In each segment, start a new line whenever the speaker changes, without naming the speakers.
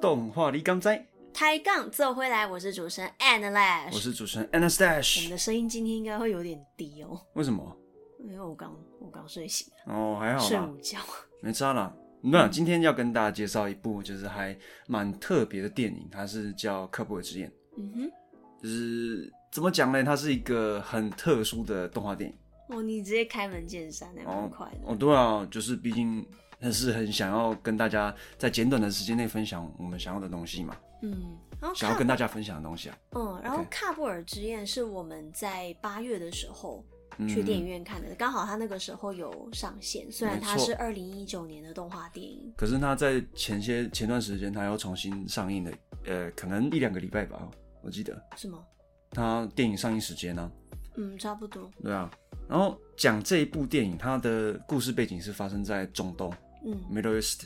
动画你刚在，
抬杠坐回来，我是主持人 Anne
我
Lash。
是主持人
我们
Anastash。
的声音今天应该会有点低哦，
为什么？
因为我刚我刚睡醒，
哦，还好
睡
啦
午，觉。
没差啦。那
嗯
今天要跟大家介绍一部就是还蛮特别的电影，它是叫《科布尔之眼
嗯》，
就是怎么讲呢？它是一个很特殊的动画电影。
哼，哦，你直接开门见山，还蛮快的。
哦，对啊，就是毕竟还是很想要跟大家在简短的时间内分享我们想要的东西嘛，
嗯，然后
想要
看
跟大家分享的东西啊。
嗯，然后
OK
《喀布尔之焰》是我们在八月的时候
嗯
去电影院看的，刚好它那个时候有上线，虽然它
没错
是二零一九年的动画电影。
可是他在前些前段时间，他又重新上映了，呃，可能一两个礼拜吧，哦我记得
是吗？
他电影上映时间呢、啊
嗯，差不多。
对啊。然后讲这一部电影，它的故事背景是发生在中东
嗯，
（Middle East）。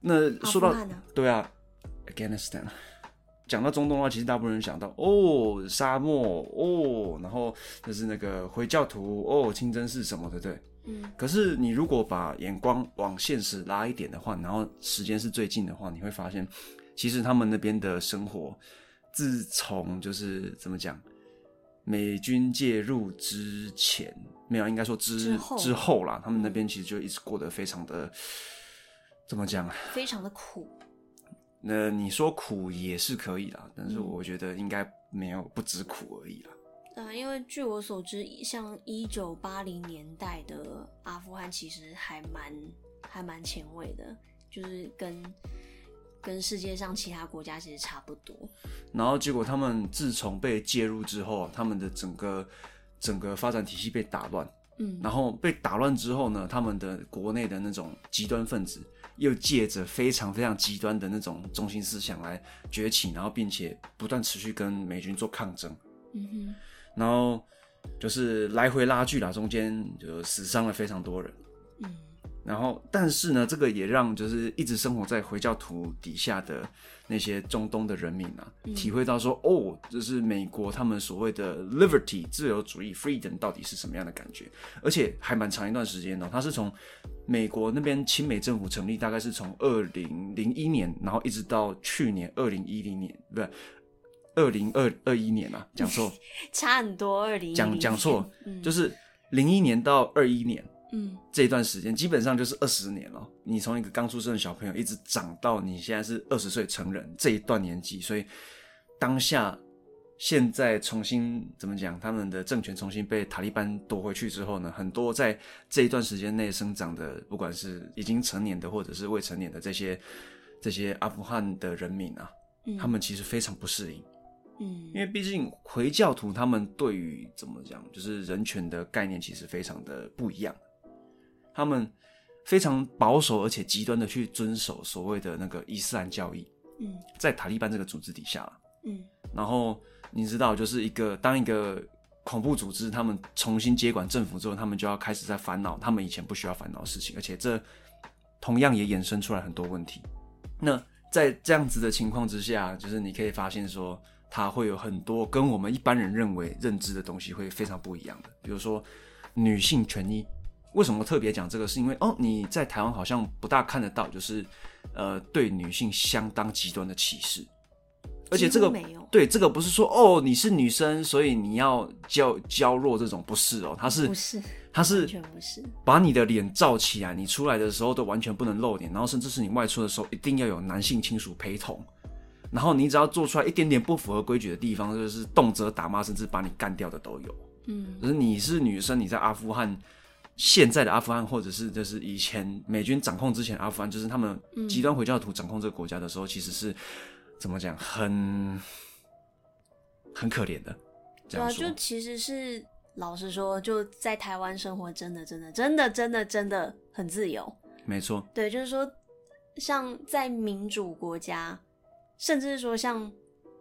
那
阿
说
富
到
汗呢？
对啊，Afghanistan。讲到中东的话，其实大部分人想到哦，沙漠哦，然后就是那个回教徒哦，清真寺什么的，对。
嗯
可是你如果把眼光往现实拉一点的话，然后时间是最近的话，你会发现，其实他们那边的生活，自从就是怎么讲，美军介入之前，没有，应该说之
之后
啦，他们那边其实就一直过得非常的，怎么讲啊？
非常的苦。
那你说苦也是可以啦，但是
嗯
我觉得应该没有不止苦而已啦。
呃，因为据我所知，像一九八零年代的阿富汗其实还蛮还蛮前卫的，就是跟跟世界上其他国家其实差不多。
然后结果他们自从被介入之后，他们的整个整个发展体系被打乱，
嗯
然后被打乱之后呢，他们的国内的那种极端分子又借着非常非常极端的那种中心思想来崛起，然后并且不断持续跟美军做抗争，
嗯
然后就是来回拉锯啦，中间就死伤了非常多人。
哼，嗯
然后，但是呢，这个也让就是一直生活在回教徒底下的那些中东的人民啊，
嗯
体会到说，哦，就是美国他们所谓的 liberty 自由主义 freedom 到底是什么样的感觉，而且还蛮长一段时间哦，它是从美国那边亲美政府成立，大概是从二零零一年，然后一直到去年二零一零年，不是二零二二一年啊，讲错，
差很多。二零
讲讲错，
嗯
就是零一年到二一年。
嗯
这一段时间基本上就是二十年了。你从一个刚出生的小朋友一直长到你现在是二十岁成人这一段年纪，所以当下现在重新怎么讲，他们的政权重新被塔利班夺回去之后呢，很多在这一段时间内生长的，不管是已经成年的或者是未成年的这些这些阿富汗的人民啊，
嗯，
他们其实非常不适应。
嗯
因为毕竟回教徒他们对于怎么讲，就是人权的概念其实非常的不一样，他们非常保守而且极端的去遵守所谓的那个伊斯兰教义，
嗯
在塔利班这个组织底下啦，
嗯
然后你知道，就是一个当一个恐怖组织他们重新接管政府之后，他们就要开始在烦恼他们以前不需要烦恼的事情，而且这同样也衍生出来很多问题。那在这样子的情况之下，就是你可以发现说，它会有很多跟我们一般人认为认知的东西会非常不一样的，比如说女性权益。为什么特别讲这个？是因为哦，你在台湾好像不大看得到，就是呃，对女性相当极端的歧视，而且这个
几乎没有
对这个不是说哦，你是女生，所以你要娇娇弱这种，不是哦，它是
不是
它是
完全不是，
把你的脸罩起来，你出来的时候都完全不能露脸，然后甚至是你外出的时候一定要有男性亲属陪同，然后你只要做出来一点点不符合规矩的地方，就是动辄打骂，甚至把你干掉的都有。
嗯
可是你是女生，你在阿富汗，现在的阿富汗，或者是就是以前美军掌控之前的阿富汗，就是他们极端回教徒掌控这个国家的时候，其实是怎么讲，很很可怜的。这
对
样
啊，
说，
就其实是老实说，就在台湾生活真的真的真的真的真的很自由，
没错，
对，就是说，像在民主国家，甚至是说像，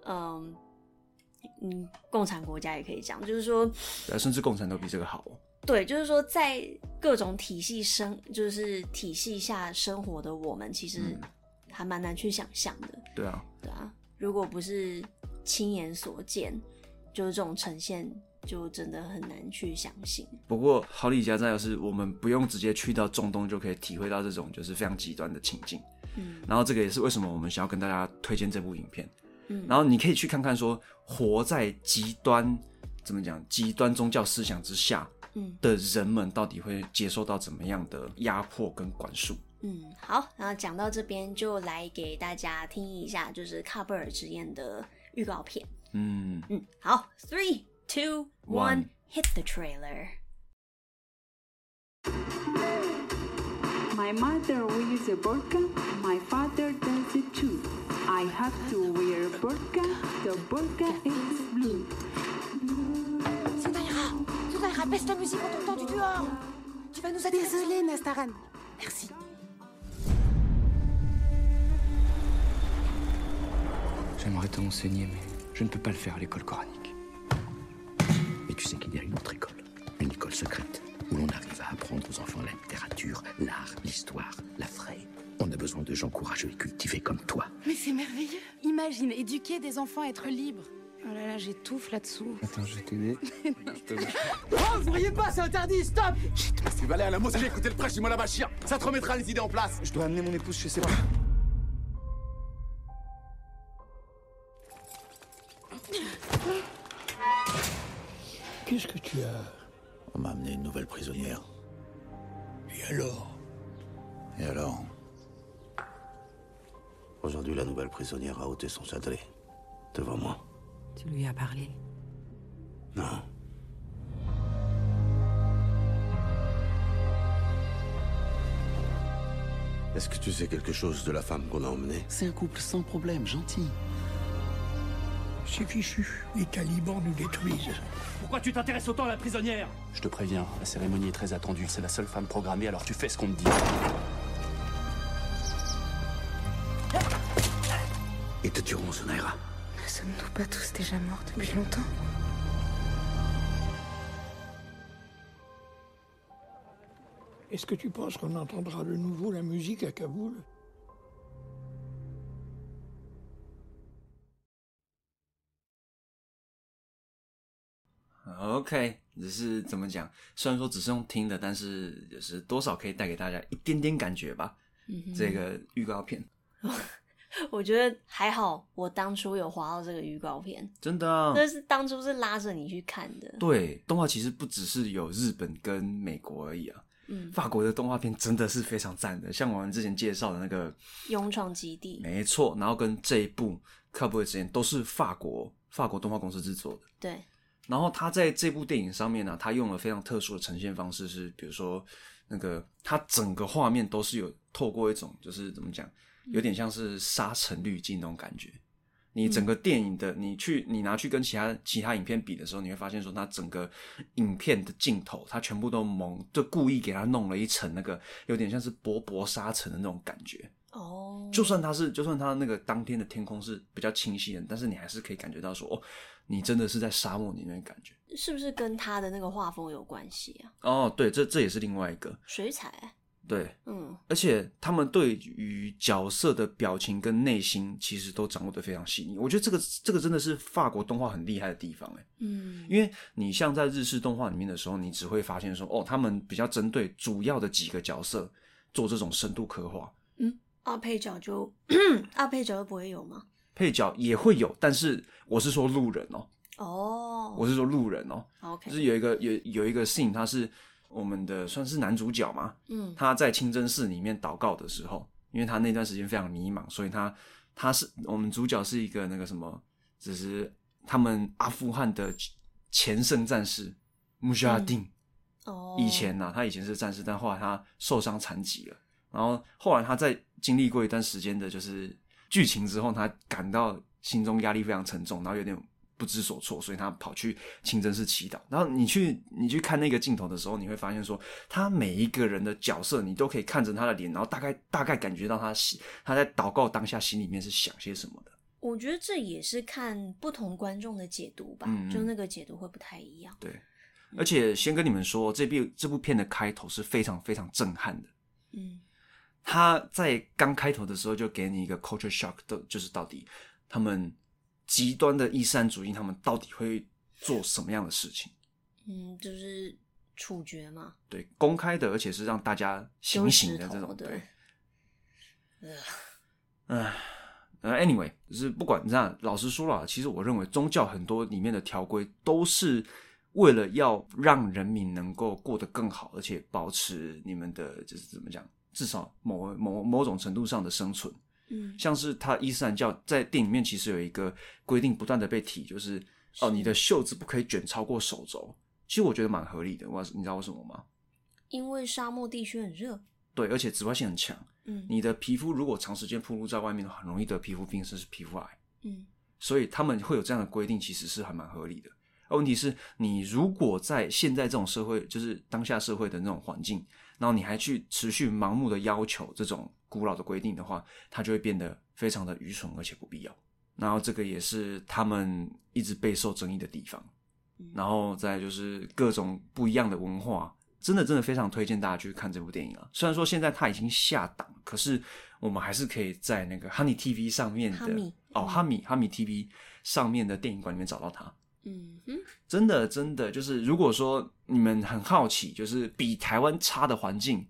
嗯，嗯，共产国家也可以讲，就是说，
呃甚至共产都比这个好、哦。
对，就是说，在各种体系生，就是体系下生活的我们，其实
嗯
还蛮难去想象的，
对啊，
对啊，如果不是亲眼所见，就是这种呈现，就真的很难去相信。
不过好李家在的是，我们不用直接去到中东就可以体会到这种就是非常极端的情境。
嗯
然后这个也是为什么我们想要跟大家推荐这部影片。
嗯，
然后你可以去看看说，活在极端怎么讲极端宗教思想之下
嗯
的人们，到底会接受到怎么样的压迫跟管束？
嗯，好，然后讲到这边就来给大家听一下，就是卡贝尔之宴的预告片。
嗯，
嗯，好，three two
One
one，hit the trailer。
My mother wears a burqa, my father does it too. I have to wear a burqa, the burqa is blue.
Zoudaïra Zoudaïra, baisse la musique, on t'entend du dehors Tu vas nous attirer
Désolée, Nastaran.
Merci
J'aimerais t'enseigner, mais je ne peux pas le faire à l'école coranique.
Mais tu sais qu'il y a une autre école, une école secrète, où l'on arrive à apprendre aux enfants la littérature, l'art, l'histoire, la vraie. On a besoin de gens courageux et cultivés comme toi.
Mais c'est merveilleux. Imagine, éduquer des enfants à être libres. Oh là là, j'étouffe là-dessous.
Attends, je vais t'aider.
Oh, Vous riez pas, c'est interdit, stop
Tu vas aller à la mosquée écouter le prêche du Mollah Bachir. Ça te remettra les idées en place.
Je dois amener mon épouse chez ses
Qu'est-ce que tu as
On m'a amené une nouvelle prisonnière.
Et alors
Et alors Aujourd'hui, la nouvelle prisonnière a ôté son châtelet. Devant moi.
Tu lui as parlé.
Non. Est-ce que tu sais quelque chose de la femme qu'on a emmenée
C'est un couple sans problème, gentil.
C'est fichu. Les talibans nous détruisent.
Pourquoi tu t'intéresses autant à la prisonnière
Je te préviens, la cérémonie est très attendue. C'est la seule femme programmée, alors tu fais ce qu'on te dit.
Ils te tueront, Sonaira.
Ne sommes-nous pas tous déjà morts depuis longtemps
Est-ce que tu penses qu'on entendra de nouveau la musique à Kaboul
OK，只是怎么讲？虽然说只是用听的，但是也是多少可以带给大家一点点感觉吧。
嗯
这个预告片
我觉得还好，我当初有划到这个预告片，
真的啊、
那是当初是拉着你去看的。
对动画其实不只是有日本跟美国而已啊。
嗯，
法国的动画片真的是非常赞的，像我们之前介绍的那个，
勇闯基地，
没错，然后跟这一部《卡布尔之眼》都是法国法国动画公司制作的。
对，
然后他在这部电影上面呢、他用了非常特殊的呈现方式是，比如说那个他整个画面都是有透过一种就是怎么讲，有点像是沙尘滤镜那种感觉。你整个电影的，你去你拿去跟其他其他影片比的时候，你会发现说，它整个影片的镜头，它全部都蒙，就故意给它弄了一层那个有点像是薄薄沙尘的那种感觉。
哦，
就算它是，就算它那个当天的天空是比较清晰的，但是你还是可以感觉到说，哦，你真的是在沙漠里面的感觉。
是不是跟他的那个画风有关系啊？
哦，对，这这也是另外一个
水彩，
对，
嗯
而且他们对于角色的表情跟内心其实都掌握的非常细腻。我觉得这个这个真的是法国动画很厉害的地方哎，
嗯
因为你像在日式动画里面的时候，你只会发现说哦，他们比较针对主要的几个角色做这种深度刻画，
二配角就 二配角就不会有吗？
配角也会有，但是我是说路人哦，
哦，
我是说路人哦，
OK，
就是有一个有有一个 scene，他是我们的算是男主角嘛，
嗯
他在清真寺里面祷告的时候，因为他那段时间非常迷茫，所以他他是我们主角是一个那个什么，只是他们阿富汗的前圣战士穆夏丁，
哦，
以前呐、他以前是战士，但后来他受伤残疾了，然后后来他在经历过一段时间的就是剧情之后，他感到心中压力非常沉重，然后有点不知所措，所以他跑去清真寺祈祷。然后你去你去看那个镜头的时候，你会发现说，他每一个人的角色，你都可以看着他的脸，然后大概大概感觉到他心他在祷告当下心里面是想些什么的。
我觉得这也是看不同观众的解读吧，
嗯嗯
就那个解读会不太一样。
对，而且先跟你们说，这部这部片的开头是非常非常震撼的。
嗯
他在刚开头的时候就给你一个 culture shock 的，就是到底他们极端的伊斯兰主义，他们到底会做什么样的事情？
嗯，就是处决嘛，
对，公开的，而且是让大家
丢
醒
石
醒的这
头
种。
的
对，唉，呃，anyway，就是不管你看，老实说了，其实我认为宗教很多里面的条规都是为了要让人民能够过得更好，而且保持你们的就是怎么讲，至少某某某种程度上的生存。
嗯，
像是他伊斯兰教在电影里面其实有一个规定，不断的被提，就是哦，你的袖子不可以卷超过手肘。其实我觉得蛮合理的，我你知道为什么吗？
因为沙漠地区很热。
对，而且紫外线很强。
嗯，
你的皮肤如果长时间暴露在外面的话，很容易得皮肤病，甚至是皮肤癌。
嗯，
所以他们会有这样的规定，其实是还蛮合理的。而问题是，你如果在现在这种社会，就是当下社会的那种环境，然后你还去持续盲目的要求这种古老的规定的话，它就会变得非常的愚蠢而且不必要。然后这个也是他们一直备受争议的地方。然后再就是各种不一样的文化，真的真的非常推荐大家去看这部电影啊！虽然说现在它已经下档，可是我们还是可以在那个 Honey TV 上面
哈
的
米
哦，哈米哈米 TV 上面的电影馆里面找到它。
嗯哼，
真的真的就是，如果说你们很好奇，就是比台湾差的环境、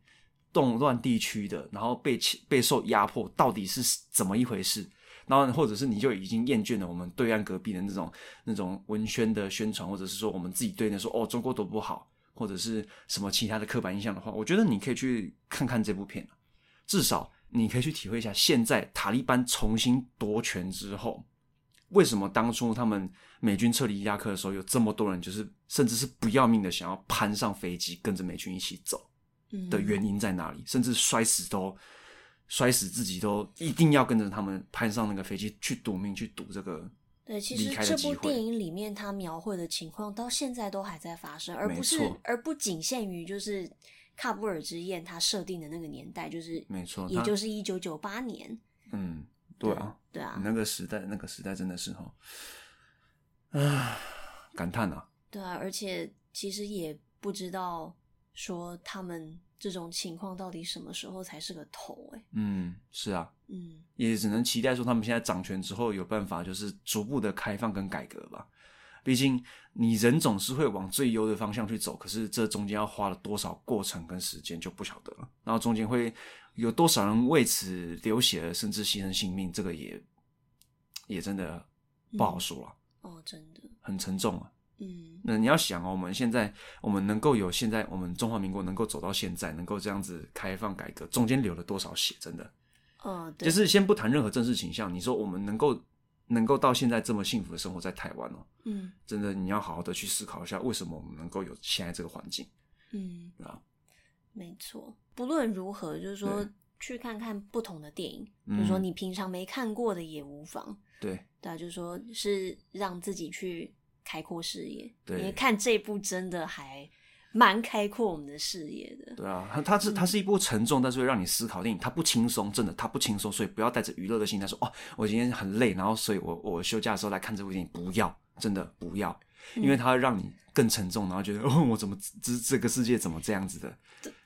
动乱地区的，然后被欺备受压迫到底是怎么一回事，然后或者是你就已经厌倦了我们对岸隔壁的那种那种文宣的宣传，或者是说我们自己对那说哦中国多不好，或者是什么其他的刻板印象的话，我觉得你可以去看看这部片啊至少你可以去体会一下，现在塔利班重新夺权之后，为什么当初他们美军撤离伊拉克的时候，有这么多人就是甚至是不要命的想要攀上飞机跟着美军一起走
嗯
的原因在哪里？甚至摔死都摔死自己都一定要跟着他们攀上那个飞机去赌命去赌这个
对，其实
离开
这
的机
部电
会。
影里面它描绘的情况到现在都还在发生，而
没
不是
错
而不仅限于就是喀布尔之宴它设定的那个年代，就是
没错
也
它
就是一九九八年。
嗯，对啊，
对啊，
那个时代那个时代真的是哈，啊，感叹啊，
对啊，而且其实也不知道说他们这种情况到底什么时候才是个头哎、
嗯，是啊，
嗯
也只能期待说他们现在掌权之后有办法，就是逐步的开放跟改革吧。毕竟你人总是会往最优的方向去走，可是这中间要花了多少过程跟时间就不晓得了。然后中间会有多少人为此流血，甚至牺牲性命，这个也也真的不好说了，
哦，真的，
很沉重啊。
嗯
那你要想哦，我们现在我们能够有现在我们中华民国能够走到现在，能够这样子开放改革，中间流了多少血，真的。
哦，对，
就是先不谈任何政治倾向，你说我们能够能够到现在这么幸福的生活在台湾哦，
嗯
真的你要好好的去思考一下，为什么我们能够有现在这个环境
嗯，
啊？
没错。不论如何，就是说
对
去看看不同的电影，就是说
嗯
你平常没看过的也无妨。
对，
对啊，就是说是让自己去开阔视野。
对
因为看这部真的还蛮开阔我们的视野的。
对啊，它它是它是一部沉重，但是会让你思考的电影，它不轻松，真的它不轻松，所以不要带着娱乐的心态说哦，我今天很累，然后所以我我休假的时候来看这部电影，不要，真的不要，
嗯
因为它会让你更沉重，然后觉得哦，我怎么这这个世界怎么这样子的，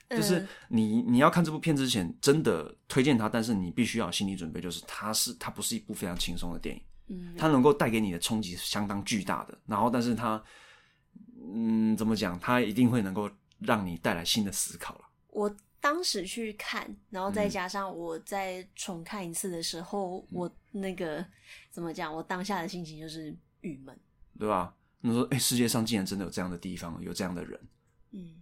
就是
嗯
你你要看这部片之前，真的推荐它，但是你必须要有心理准备，就是它是它不是一部非常轻松的电影，
嗯
它能够带给你的冲击是相当巨大的。然后，但是它，嗯，怎么讲？它一定会能够让你带来新的思考了。
我当时去看，然后再
嗯
加上我再重看一次的时候，我那个怎么讲？我当下的心情就是郁闷。
对吧？你说，哎、世界上竟然真的有这样的地方，有这样的人。
嗯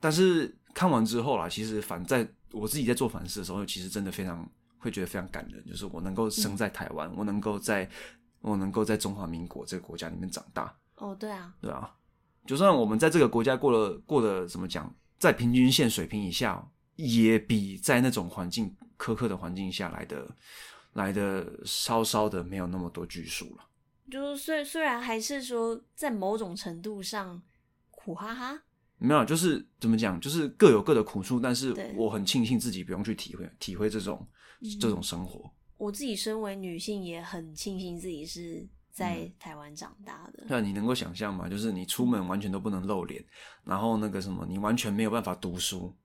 但是看完之后啦，其实反在我自己在做反思的时候，其实真的非常会觉得非常感人，就是我能够生在台湾，我能够在我能够在中华民国这个国家里面长大，
哦，对啊，
对啊，就算我们在这个国家过了过的怎么讲，在平均线水平以下，也比在那种环境苛刻的环境下来的来的稍稍的没有那么多拘束了。
就是虽虽然还是说在某种程度上苦哈哈，
没有，就是怎么讲，就是各有各的苦处，但是
对
我很庆幸自己不用去体会体会这种、这种生活。
我自己身为女性也很庆幸自己是
嗯
在台湾长大的。
啊那你能够想象吗？就是你出门完全都不能露脸，然后那个什么，你完全没有办法读书，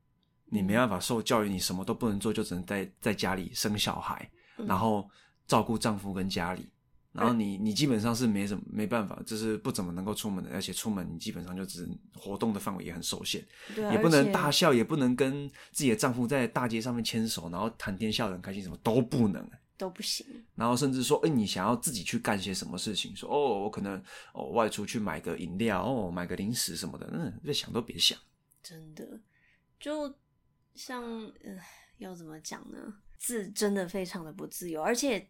你没办法受教育，你什么都不能做，就只能在在家里生小孩，然后照顾丈夫跟家里，然后你你基本上是没什么没办法，就是不怎么能够出门的，而且出门你基本上就只活动的范围也很受限，
对啊，
也不
而
能
且
大笑，也不能跟自己的丈夫在大街上面牵手，然后谈天笑得很开心，什么都不能。
都不行。
然后甚至说，哎，你想要自己去干些什么事情？说，哦，我可能哦外出去买个饮料，哦买个零食什么的，嗯，这想都别想。
真的，就像呃，要怎么讲呢？自真的非常的不自由，而且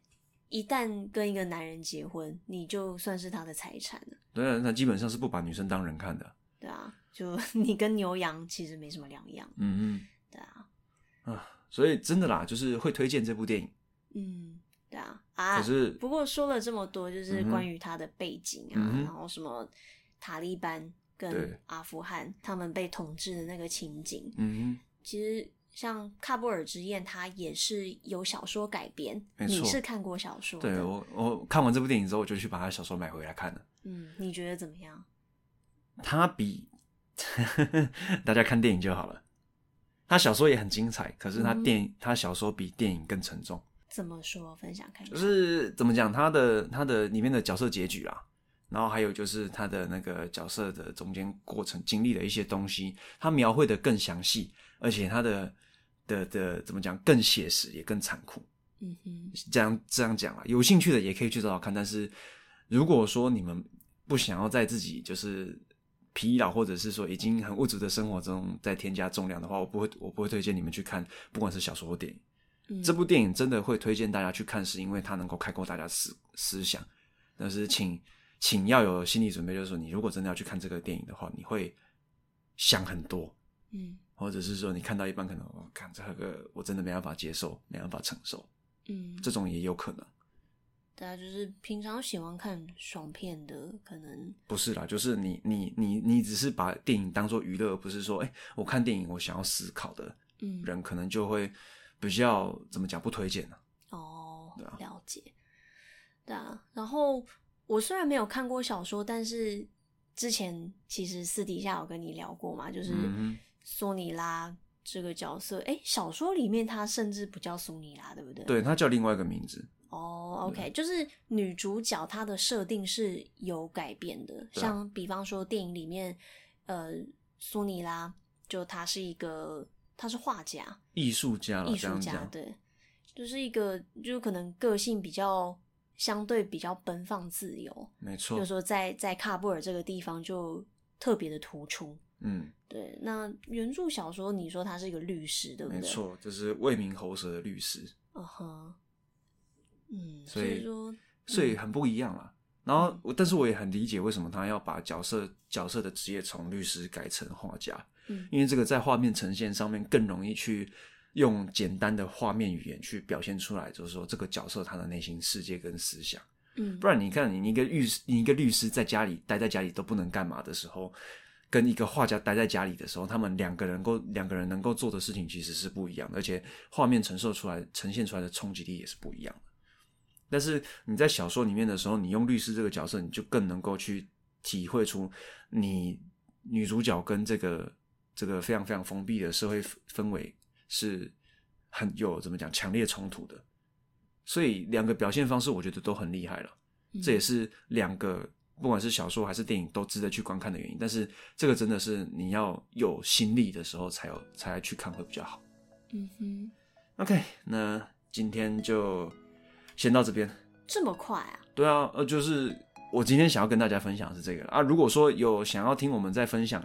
一旦跟一个男人结婚，你就算是他的财产了，
对啊，他基本上是不把女生当人看的。
对啊，就 你跟牛羊其实没什么两样，
嗯
对啊，
嗯啊，所以真的啦，就是会推荐这部电影。
嗯，对啊，啊，
可是
不过说了这么多，就是
嗯哼
关于他的背景啊，
嗯哼
然后什么塔利班跟
对
阿富汗他们被统治的那个情景，
嗯
其实像《喀布尔之宴》，它也是由小说改编。
没错
你是看过小说
哼，
的？
对我我看完这部电影之后，我就去把他的小说买回来看了。
嗯，你觉得怎么样？
他比 大家看电影就好了。他小说也很精彩，可是他
嗯
电影、他小说比电影更沉重。
怎么说？分享看看。
就是怎么讲，他的他的里面的角色结局啊，然后还有就是他的那个角色的中间过程经历的一些东西，他描绘的更详细，而且他的的的怎么讲更写实也更残酷。
嗯哼，
这样这样讲啊，有兴趣的也可以去找找看。但是如果说你们不想要在自己就是疲劳或者是说已经很物质的生活中再添加重量的话，我不会我不会推荐你们去看，不管是小说或电影。
嗯
这部电影真的会推荐大家去看，是因为它能够开阔大家思思想。但是请请要有心理准备，就是说你如果真的要去看这个电影的话，你会想很多，
嗯
或者是说你看到一半可能我看、这个我真的没办法接受，没办法承受，
嗯，
这种也有可能。
大家就是平常喜欢看爽片的，可能
不是啦，就是你你你你只是把电影当做娱乐，而不是说哎、我看电影我想要思考的
嗯
人，可能就会比较怎么讲不推荐呢、
哦
对啊，
了解。对啊，然后我虽然没有看过小说，但是之前其实私底下有跟你聊过嘛，就是
嗯哼
索尼拉这个角色，哎、小说里面她甚至不叫苏尼拉，对不对？
对，它叫另外一个名字，
哦、o k 就是女主角她的设定是有改变的，
对啊
像比方说电影里面，呃，苏尼拉就她是一个，她是画家，
艺术家了，啊
艺
这
术
样
家，
讲，
对，就是一个就可能个性比较相对比较奔放自由，
没
就
错
是，说在在喀布尔这个地方就特别的突出。
嗯，
对，那原著小说你说他是一个律师，对不
没
对？，
错，这是未名喉舌的律师，
嗯哼，嗯，
所
所
以
以说，
所
嗯
以很不一样啦。然后，我但是我也很理解为什么他要把角色角色的职业从律师改成画家，
嗯
因为这个在画面呈现上面更容易去用简单的画面语言去表现出来，就是说这个角色他的内心世界跟思想。
嗯，
不然你看，你你一个律师，你一个律师在家里待在家里都不能干嘛的时候，跟一个画家待在家里的时候，他们两个人够两个人能够做的事情其实是不一样的，而且画面承受出来呈现出来的冲击力也是不一样的。但是你在小说里面的时候，你用律师这个角色，你就更能够去体会出你女主角跟这个这个非常非常封闭的社会氛氛围是很有怎么讲强烈冲突的。所以两个表现方式，我觉得都很厉害了。
嗯
这也是两个不管是小说还是电影都值得去观看的原因。但是这个真的是你要有心力的时候才有才来去看会比较好。
嗯哼，
OK，那今天就先到这边。
这么快啊？
对啊，呃，就是我今天想要跟大家分享的是这个啊。如果说有想要听我们再分享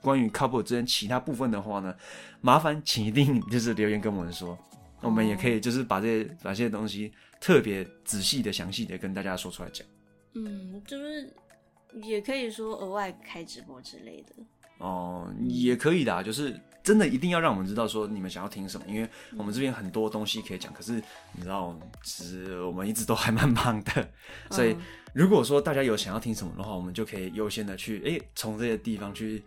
关于靠谱之间其他部分的话呢，麻烦请一定 就是留言跟我们说，那我们也可以就是把这些把这些东西特别仔细的、详细的跟大家说出来讲。
嗯，就是也可以说额外开直播之类的。
哦，也可以的啊，就是真的一定要让我们知道说你们想要听什么，因为我们这边很多东西可以讲，可是你知道，其实我们一直都还蛮忙的，所以
嗯
如果说大家有想要听什么的话，我们就可以优先的去诶从这些地方去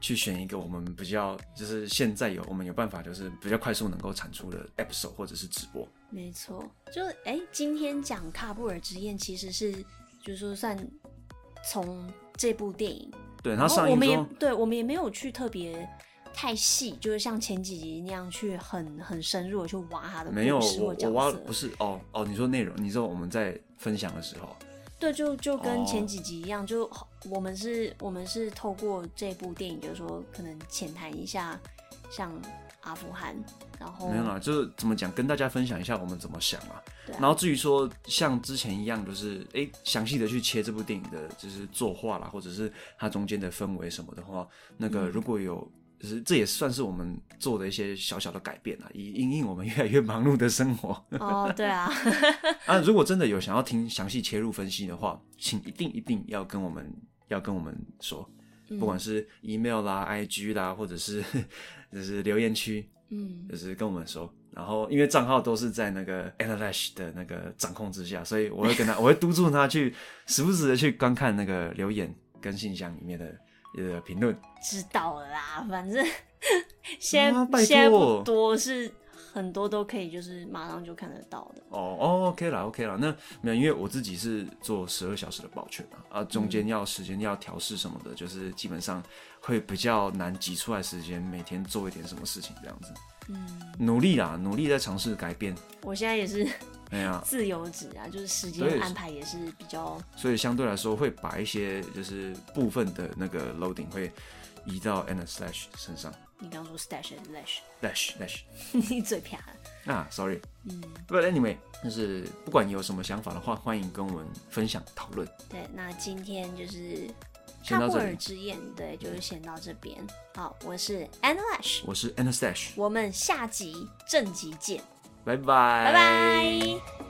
去选一个我们比较就是现在有我们有办法就是比较快速能够产出的 episode 或者是直播，
没错，就哎、今天讲喀布尔之宴其实是，就是说算从这部电影，
对，然
然
后上
哦后我
映
们
之
也
后。
对我们也没有去特别太细，就是像前几集那样去很很深入的去挖他的
没有
故事
我
或
我
角
挖
色
不是哦哦，你说内容，你说我们在分享的时候，
对，就就
哦
跟前几集一样，就我们是，我们是透过这部电影，就是说可能浅谈一下像阿富汗，然后
没有啦，就是怎么讲，跟大家分享一下我们怎么想啊。
哦对啊
然后至于说像之前一样，就是诶详细的去切这部电影的，就是作画啦，或者是它中间的氛围什么的话，那
嗯
个如果有。就是这也算是我们做的一些小小的改变啦，以因应我们越来越忙碌的生 活。
哦，对啊，
啊，如果真的有想要听详细切入分析的话，请一定一定要跟我们要跟我们说，
嗯
不管是 email 啦、IG 啦，或者是 就是留言区，
嗯，
就是跟我们说。然后因为账号都是在那个 Analash 的那个掌控之下，所以我会跟他，我会督促他去时不时的去观看那个留言跟信箱里面的呃评论。
知道了 啦，反正现在、
啊拜托
现在不多，是很多都可以就是马上就看得到的，
哦哦，OK 啦，OK 啦。那没有，因为我自己是做十二小时的保全嘛，啊，中间要时间要调试什么的，就是基本上会比较难挤出来时间，每天做一点什么事情这样子。
嗯，
努力啦，努力在尝试改变。
我现在也是
哎呀，
自由职啊，就是时间
对
安排也是比较
所以相对来说会把一些就是部分的那个 loading 会移到 N slash 身上
你刚说 stash and lash，
，dash dash
你嘴瓢了，
啊，sorry。
嗯。
But anyway，就是不管你有什么想法的话，欢迎跟我们分享讨论。
对，那今天就是《
先
喀
到
布
这
尔
里，
之宴》，对，就是先到这边。好，我是 Anlash，
我是 N slash，
我们下集正集见，
拜拜，
拜拜。